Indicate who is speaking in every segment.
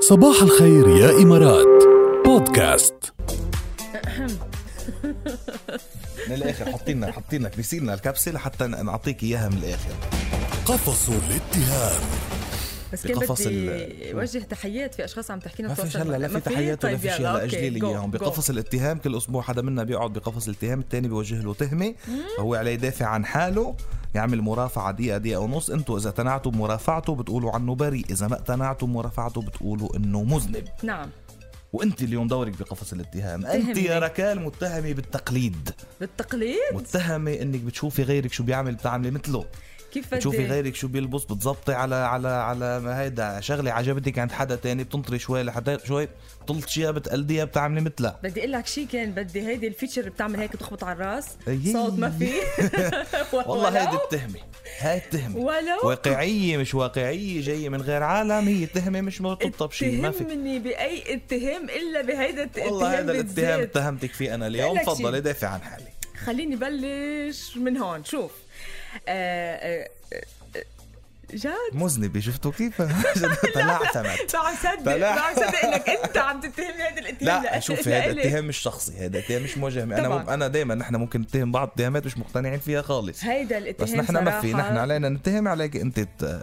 Speaker 1: صباح الخير يا إمارات بودكاست
Speaker 2: من الاخر حاطين لنا حاطين لك بيسيلنا الكبسه لحتى نعطيك اياها من الاخر
Speaker 1: قفص الاتهام
Speaker 3: بس كان
Speaker 2: بقفص
Speaker 3: بدي
Speaker 2: ال-
Speaker 3: وجه تحيات في اشخاص عم تحكي لنا
Speaker 2: ما فيش
Speaker 3: تواصل
Speaker 2: هلا لا في
Speaker 3: معنا.
Speaker 2: تحيات ولا
Speaker 3: طيب
Speaker 2: في شيء
Speaker 3: يلا،
Speaker 2: هلا
Speaker 3: أوكي،
Speaker 2: اجلي لي
Speaker 3: go,
Speaker 2: اياهم
Speaker 3: go.
Speaker 2: بقفص الاتهام كل اسبوع حدا منا بيقعد بقفص الاتهام الثاني بيوجه له تهمه فهو عليه يدافع عن حاله يعمل مرافعة دقيقة دقيقة ونص انتوا اذا اقتنعتوا بمرافعته بتقولوا عنه بريء اذا ما اقتنعتوا بمرافعته بتقولوا انه مذنب
Speaker 3: نعم
Speaker 2: وانت اليوم دورك بقفص الاتهام انت يا
Speaker 3: اتهمني.
Speaker 2: ركال متهمة بالتقليد
Speaker 3: بالتقليد
Speaker 2: متهمة انك بتشوفي غيرك شو بيعمل بتعملي مثله
Speaker 3: كيف
Speaker 2: بتشوفي
Speaker 3: بدي؟
Speaker 2: غيرك شو بيلبس بتزبطي على على على ما هيدا شغله عجبتك عند حدا تاني بتنطري شوي لحتى شوي بتلطشيها بتقلديها بتعملي مثلها
Speaker 3: بدي اقول لك شيء كان بدي هيدي الفيتشر اللي بتعمل هيك تخبط على الراس
Speaker 2: أيي.
Speaker 3: صوت ما في
Speaker 2: والله هيدي
Speaker 3: ولو؟
Speaker 2: التهمه هاي التهمه
Speaker 3: ولو؟
Speaker 2: واقعيه مش واقعيه جايه من غير عالم هي تهمه مش مرتبطه بشيء ما في
Speaker 3: اتهمني باي اتهام الا بهيدا الت- الاتهام
Speaker 2: والله هذا الاتهام
Speaker 3: بالذات.
Speaker 2: اتهمتك فيه انا اليوم
Speaker 3: لك شي.
Speaker 2: تفضلي دافع عن حالي
Speaker 3: خليني بلش من هون شوف آه، آه، آه، آه، جد
Speaker 2: مذنبه شفتوا كيف تلعثمت
Speaker 3: ما عم صدق
Speaker 2: فلا.
Speaker 3: ما عم صدق لك انت عم تتهمني هذا الاتهام
Speaker 2: لا
Speaker 3: لإلي-
Speaker 2: شوف هذا
Speaker 3: لإلي.
Speaker 2: اتهام مش شخصي هذا اتهام مش موجه انا
Speaker 3: طبعاً.
Speaker 2: انا دائما نحن ممكن نتهم بعض اتهامات مش مقتنعين فيها خالص
Speaker 3: هيدا
Speaker 2: بس
Speaker 3: الاتهام
Speaker 2: نحن ما في
Speaker 3: صراحة
Speaker 2: نحن علينا نتهم عليك انت ت...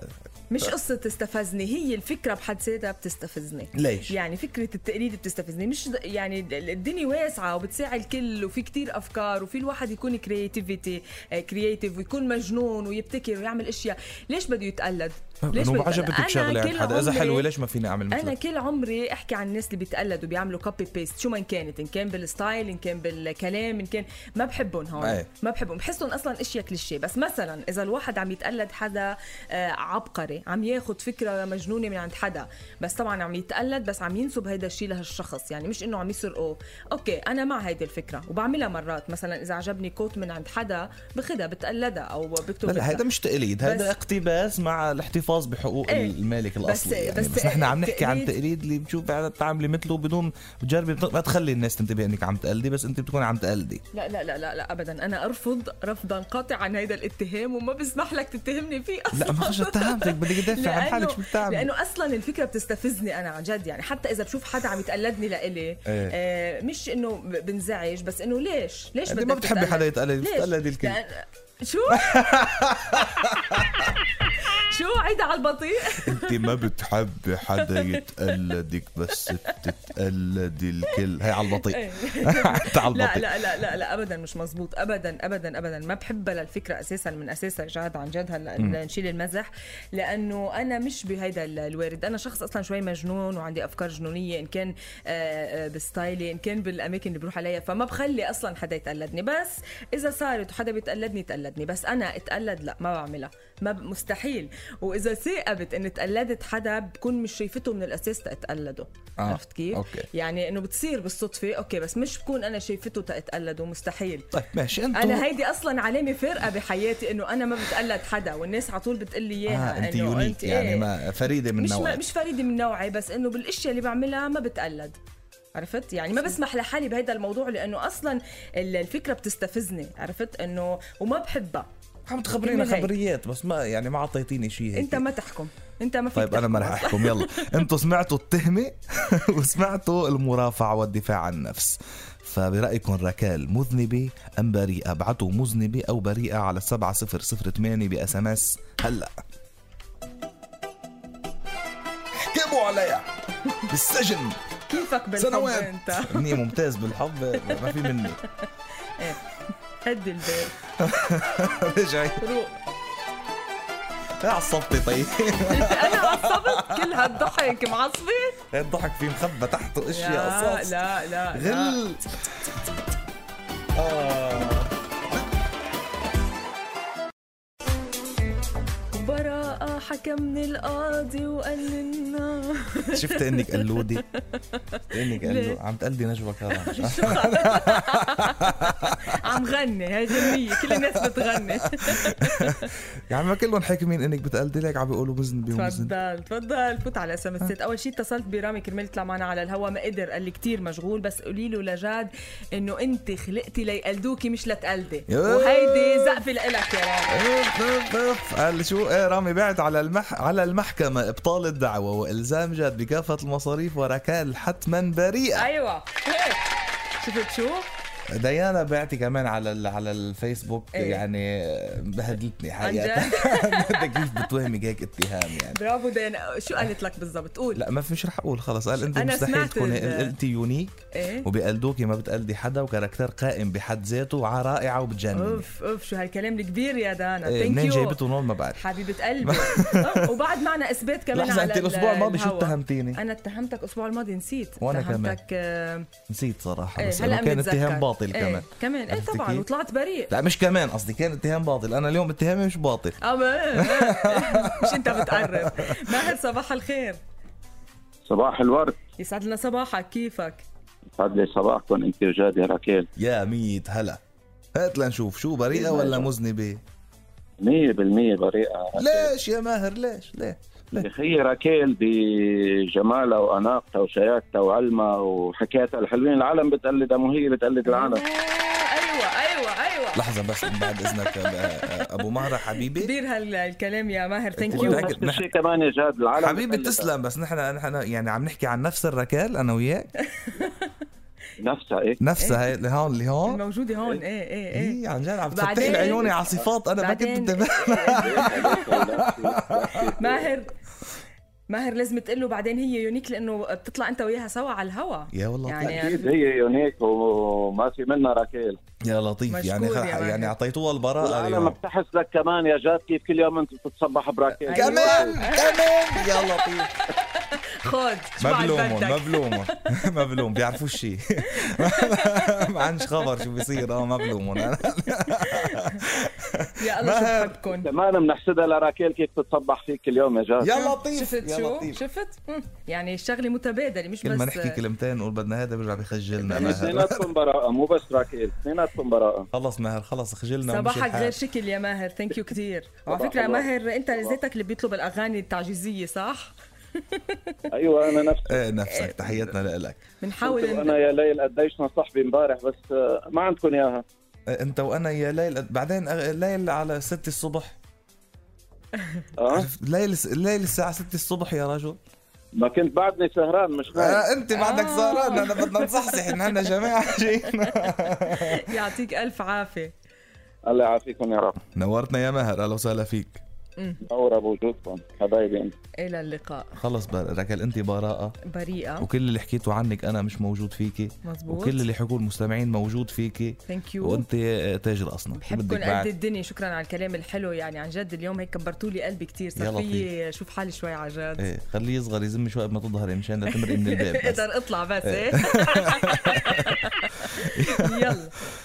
Speaker 3: مش قصة تستفزني هي الفكرة بحد ذاتها بتستفزني
Speaker 2: ليش؟
Speaker 3: يعني فكرة التقليد بتستفزني مش د- يعني د- الدنيا واسعة وبتساعي الكل وفي كتير أفكار وفي الواحد يكون كرياتيفيتي كرياتيف ويكون مجنون ويبتكر ويعمل أشياء ليش بده يتقلد؟ ليش
Speaker 2: انه
Speaker 3: بده يتقلد؟
Speaker 2: عجبتك
Speaker 3: أنا
Speaker 2: شغله عند
Speaker 3: كل
Speaker 2: يعني حدا اذا
Speaker 3: عمري-
Speaker 2: حلوه ليش ما فيني اعمل
Speaker 3: انا
Speaker 2: مثلك
Speaker 3: كل عمري احكي عن الناس اللي بيتقلدوا بيعملوا كوبي بيست شو ما إن كانت ان كان بالستايل ان كان بالكلام ان كان ما بحبهم هون
Speaker 2: أي.
Speaker 3: ما بحبهم بحسهم اصلا اشياء كليشيه بس مثلا اذا الواحد عم يتقلد حدا آه، عبقري عم ياخد فكره مجنونه من عند حدا بس طبعا عم يتقلد بس عم ينسب هيدا الشيء لهالشخص يعني مش انه عم يسرقه اوكي انا مع هيدي الفكره وبعملها مرات مثلا اذا عجبني كوت من عند حدا بخدها بتقلدها او
Speaker 2: لا
Speaker 3: بكتب
Speaker 2: لا هذا مش تقليد هذا اقتباس مع الاحتفاظ بحقوق
Speaker 3: إيه.
Speaker 2: المالك الاصلي يعني بس,
Speaker 3: بس إيه،
Speaker 2: نحن عم نحكي عن
Speaker 3: التقليد-
Speaker 2: تقليد اللي بتشوف قاعدة بتعملي مثله بدون بتجربي بت- ما تخلي الناس تنتبه انك عم تقلدي بس انت بتكون عم تقلدي
Speaker 3: لا لا لا لا, لا ابدا انا ارفض رفضا قاطعا هيدا الاتهام وما بسمح لك تتهمني فيه اصلا
Speaker 2: لا ما خش اتهمتك بدك تدافع عن
Speaker 3: لأنه-
Speaker 2: حالك شو بتعمل
Speaker 3: لانه اصلا الفكره بتستفزني انا عن جد يعني حتى اذا بشوف حدا عم يتقلدني
Speaker 2: إيه.
Speaker 3: لإلي آه مش انه ب- بنزعج بس انه ليش
Speaker 2: انت
Speaker 3: ليش بدك
Speaker 2: يعني ما بتحبي
Speaker 3: تتقلد؟
Speaker 2: حدا يتقلد
Speaker 3: ليش؟
Speaker 2: بتقلدي الكل
Speaker 3: لأن- شو شو عيد على البطيء
Speaker 2: انت ما بتحبي حدا يتقلدك بس بتتقلدي الكل هي على البطيء
Speaker 3: إيه.
Speaker 2: انت على
Speaker 3: لا
Speaker 2: البطيء
Speaker 3: لا لا لا لا ابدا مش مزبوط ابدا ابدا ابدا ما بحبها للفكره اساسا من اساسها جاد عن جد هلا نشيل المزح لانه انا مش بهيدا ال- الوارد انا شخص اصلا شوي مجنون وعندي افكار جنونيه ان كان آه، آه، بستايلي ان كان بالاماكن اللي بروح عليها فما بخلي اصلا حدا يتقلدني بس اذا صارت وحدا بيتقلدني تقلدني بس انا اتقلد لا ما بعملها ما ب- مستحيل واذا ثاقبت ان تقلدت حدا بكون مش شايفته من الاساس تقلده
Speaker 2: آه،
Speaker 3: آه. عرفت كيف
Speaker 2: أوكي.
Speaker 3: يعني انه بتصير بالصدفه اوكي بس مش بكون انا شايفته تقلده مستحيل
Speaker 2: طيب ماشي انتوا
Speaker 3: انا هيدي اصلا علامه فارقه بحياتي انه انا ما بتقلد حدا والناس على طول بتقلي اياها
Speaker 2: آه انت
Speaker 3: إنه
Speaker 2: يونيك
Speaker 3: أنت
Speaker 2: يعني
Speaker 3: إيه.
Speaker 2: ما فريده من
Speaker 3: مش ما
Speaker 2: نوعك
Speaker 3: مش فريده من نوعي بس انه بالاشياء اللي بعملها ما بتقلد عرفت يعني ما بسمح لحالي بهيدا الموضوع لانه اصلا ال- الفكره بتستفزني عرفت انه وما بحبها
Speaker 2: عم
Speaker 3: من
Speaker 2: تخبرينا
Speaker 3: هيك.
Speaker 2: خبريات بس ما يعني ما اعطيتيني شيء هيك
Speaker 3: انت ما تحكم انت ما فيك
Speaker 2: طيب انا
Speaker 3: تحكم
Speaker 2: ما رح احكم يلا انتوا سمعتوا التهمه وسمعتوا المرافعه والدفاع عن النفس فبرايكم ركال مذنبه ام بريئه ابعتوا مذنبه او بريئه على 7008 باس ام اس هلا احكموا عليها بالسجن
Speaker 3: كيفك بالحب
Speaker 2: سنوات
Speaker 3: انت
Speaker 2: مني ممتاز بالحب ما في مني
Speaker 3: هدي البيت
Speaker 2: رجعي
Speaker 3: روق
Speaker 2: عصبتي طيب
Speaker 3: انا عصبت كل هالضحك معصبه
Speaker 2: الضحك فيه مخبى تحته اشياء
Speaker 3: لا
Speaker 2: قصص
Speaker 3: لا لا لا.
Speaker 2: غل آه.
Speaker 3: براءة حكمني القاضي وقال لي النار
Speaker 2: شفت انك قلودي شفت انك
Speaker 3: ليه؟
Speaker 2: قلو عم تقلدي نجوى كرم
Speaker 3: عم غني هاي جمية كل الناس بتغني
Speaker 2: يا عمي يعني ما كلهم حاكمين انك بتقلدلك عم بيقولوا مزن بيهم مزن
Speaker 3: تفضل تفضل فوت على اس ام الست اول شيء اتصلت برامي كرمال يطلع معنا على الهوا ما قدر قال لي كثير مشغول بس قولي له لجاد انه انت خلقتي ليقلدوكي مش لتقلدي
Speaker 2: يوه.
Speaker 3: وهيدي زقفه لإلك يا رامي
Speaker 2: أوف، أوف، أوف. قال شو إيه، رامي بعت على المح على المحكمة إبطال الدعوة وإلزام جاد بكافة المصاريف وركال حتما بريئة
Speaker 3: ايوه هيك. شفت شو؟
Speaker 2: ديانا بعتي كمان على ال- على الفيسبوك
Speaker 3: إيه.
Speaker 2: يعني بهدلتني
Speaker 3: عن
Speaker 2: حقيقة بدك كيف بتوهمي هيك اتهام يعني
Speaker 3: برافو دينا شو قالت لك بالضبط قول
Speaker 2: لا ما في مش رح اقول خلص قال انت
Speaker 3: أنا
Speaker 2: مستحيل
Speaker 3: سمعت
Speaker 2: تكوني
Speaker 3: ال-
Speaker 2: قلتي يونيك
Speaker 3: ايه
Speaker 2: وبقلدوكي ما بتقلدي حدا وكاركتر قائم بحد ذاته وع- رائعه وبتجنن
Speaker 3: اوف اوف شو هالكلام الكبير يا دانا
Speaker 2: إيه،
Speaker 3: ثانك
Speaker 2: منين
Speaker 3: يو
Speaker 2: جايبته نون ما بعرف
Speaker 3: حبيبه قلبي آه، وبعد معنا اثبات كمان
Speaker 2: لحظه
Speaker 3: على
Speaker 2: انت الاسبوع الماضي شو
Speaker 3: الهوا. إيه.
Speaker 2: اتهمتيني؟
Speaker 3: انا اتهمتك الاسبوع الماضي نسيت
Speaker 2: وأنا
Speaker 3: اتهمتك كمان
Speaker 2: نسيت صراحه
Speaker 3: ايه
Speaker 2: بس
Speaker 3: هلا
Speaker 2: إنه كان
Speaker 3: بنتذكر.
Speaker 2: اتهام باطل
Speaker 3: ايه
Speaker 2: كمان
Speaker 3: كمان ايه
Speaker 2: عرفتي
Speaker 3: طبعا
Speaker 2: كيف؟
Speaker 3: وطلعت بريء
Speaker 2: لا مش كمان قصدي كان اتهام باطل انا اليوم اتهامي مش باطل
Speaker 3: اما آه، إيه، مش انت بتقرب ماهر صباح الخير
Speaker 4: صباح الورد
Speaker 3: يسعد لنا صباحك كيفك
Speaker 4: يسعد لي صباحكم انت وجاد يا راكيل
Speaker 2: يا ميت هلا هات لنشوف شو بريئه ولا مذنبه
Speaker 4: 100% بريئه
Speaker 2: ليش يا ماهر ليش ليه
Speaker 4: يا اخي راكيل بجمالها واناقتها وشياكتها وعلمها وحكاياتها الحلوين العالم بتقلدها مو هي بتقلد العالم
Speaker 3: ايوه ايوه ايوه
Speaker 2: لحظه بس من بعد اذنك آه، ابو مهره حبيبي
Speaker 3: كبير هالكلام يا
Speaker 2: إيه،
Speaker 3: ماهر ثانك يو
Speaker 2: متأكد؟
Speaker 4: ونفس الشيء كمان يا جاد العالم
Speaker 2: حبيبي
Speaker 4: بتقلدها.
Speaker 2: تسلم بس نحن نحن يعني عم نحكي عن نفس الركال انا وياك
Speaker 3: إيه.
Speaker 4: نفسها إيه. هيك
Speaker 2: نفسها هي اللي هون اللي هون
Speaker 3: الموجوده هون ايه ايه ايه
Speaker 2: ايه عن جد عم تفتح
Speaker 3: بعدين-
Speaker 2: لي عيوني على صفات انا ما كنت
Speaker 3: بعدين-
Speaker 2: انتبه
Speaker 3: ماهر ماهر لازم تقول له بعدين هي يونيك لانه بتطلع انت وياها سوا على الهوا
Speaker 2: يا والله طيب.
Speaker 3: يعني
Speaker 4: اكيد هي يونيك وما في منها راكيل
Speaker 2: يا لطيف يعني
Speaker 3: مشكور يا
Speaker 2: خ-
Speaker 3: ماهر.
Speaker 2: يعني اعطيتوها البراءه
Speaker 4: والعالم
Speaker 2: اليوم
Speaker 4: بتحس لك كمان يا جاد كيف كل يوم انت بتتصبح براكيل
Speaker 3: أيوة.
Speaker 2: كمان كمان يا لطيف
Speaker 3: خد شو بعد
Speaker 2: مبلومون
Speaker 3: بدك؟
Speaker 2: مبلومون مبلوم بيعرفوا شيء ما عندش خبر شو بيصير اه مبلومون أنا-
Speaker 3: يا الله شو
Speaker 2: ماهر.
Speaker 3: بحبكم
Speaker 4: كمان بنحسدها لراكيل كيف بتتصبح فيك كل يوم يا جاد
Speaker 2: يا لطيف
Speaker 3: شفت
Speaker 2: يا
Speaker 3: شو؟
Speaker 2: لطيف
Speaker 3: شفت؟ مم. يعني الشغله متبادله مش
Speaker 2: كل ما
Speaker 3: بس
Speaker 2: نحكي كلمتين نقول بدنا هذا بيرجع بخجلنا ماهر
Speaker 4: يعني اثنيناتكم براءة مو بس راكيل اثنيناتكم براءة
Speaker 2: خلص ماهر خلص خجلنا ومشي
Speaker 3: صباحك
Speaker 2: الحال.
Speaker 3: غير شكل يا ماهر ثانك يو كثير وعلى
Speaker 4: صباح
Speaker 3: فكره يا
Speaker 4: الله.
Speaker 3: ماهر انت
Speaker 4: صباح.
Speaker 3: ذاتك اللي بيطلب الاغاني التعجيزيه صح؟
Speaker 4: ايوه انا نفسي
Speaker 2: ايه
Speaker 3: إيه.
Speaker 2: نفسك تحياتنا لك
Speaker 3: بنحاول
Speaker 4: كنت
Speaker 3: إن-
Speaker 4: انا يا ليل قديش نصحبي امبارح بس آه، ما عندكم اياها
Speaker 2: انت وانا يا ليل بعدين أغ- ليل على 6 الصبح
Speaker 4: اه
Speaker 2: عرفت؟ ليل ليل الساعه 6 الصبح يا رجل
Speaker 4: ما كنت بعدني سهران مش نايم
Speaker 2: آه انت بعدك
Speaker 3: آه.
Speaker 2: سهران انا بدنا نصحصح ان احنا جماعه جايين
Speaker 3: يعطيك الف عافيه
Speaker 4: الله يعافيكم يا رب
Speaker 2: نورتنا يا ماهر اهلا وسهلا فيك
Speaker 4: منورة بوجودكم حبايبي انت
Speaker 3: الى اللقاء
Speaker 2: خلص بقى، ركال انت براءه
Speaker 3: بريئه
Speaker 2: وكل اللي حكيته عنك انا مش موجود فيكي
Speaker 3: مزبوط
Speaker 2: وكل اللي حكوه المستمعين موجود فيكي
Speaker 3: ثانك يو
Speaker 2: وانت آه، تاج الاصنع شو
Speaker 3: بحبكم
Speaker 2: بدك
Speaker 3: قد
Speaker 2: بعد
Speaker 3: الدنيا شكرا على الكلام الحلو يعني عن جد اليوم هيك كبرتوا لي قلبي كثير
Speaker 2: يا
Speaker 3: صار
Speaker 2: لطيف.
Speaker 3: في شوف حالي شوي على جد
Speaker 2: ايه خليه يصغر يزم شوي قبل ما تظهري مشان إيه، لا تمرقي من الباب بس.
Speaker 3: اقدر اطلع بس ايه يلا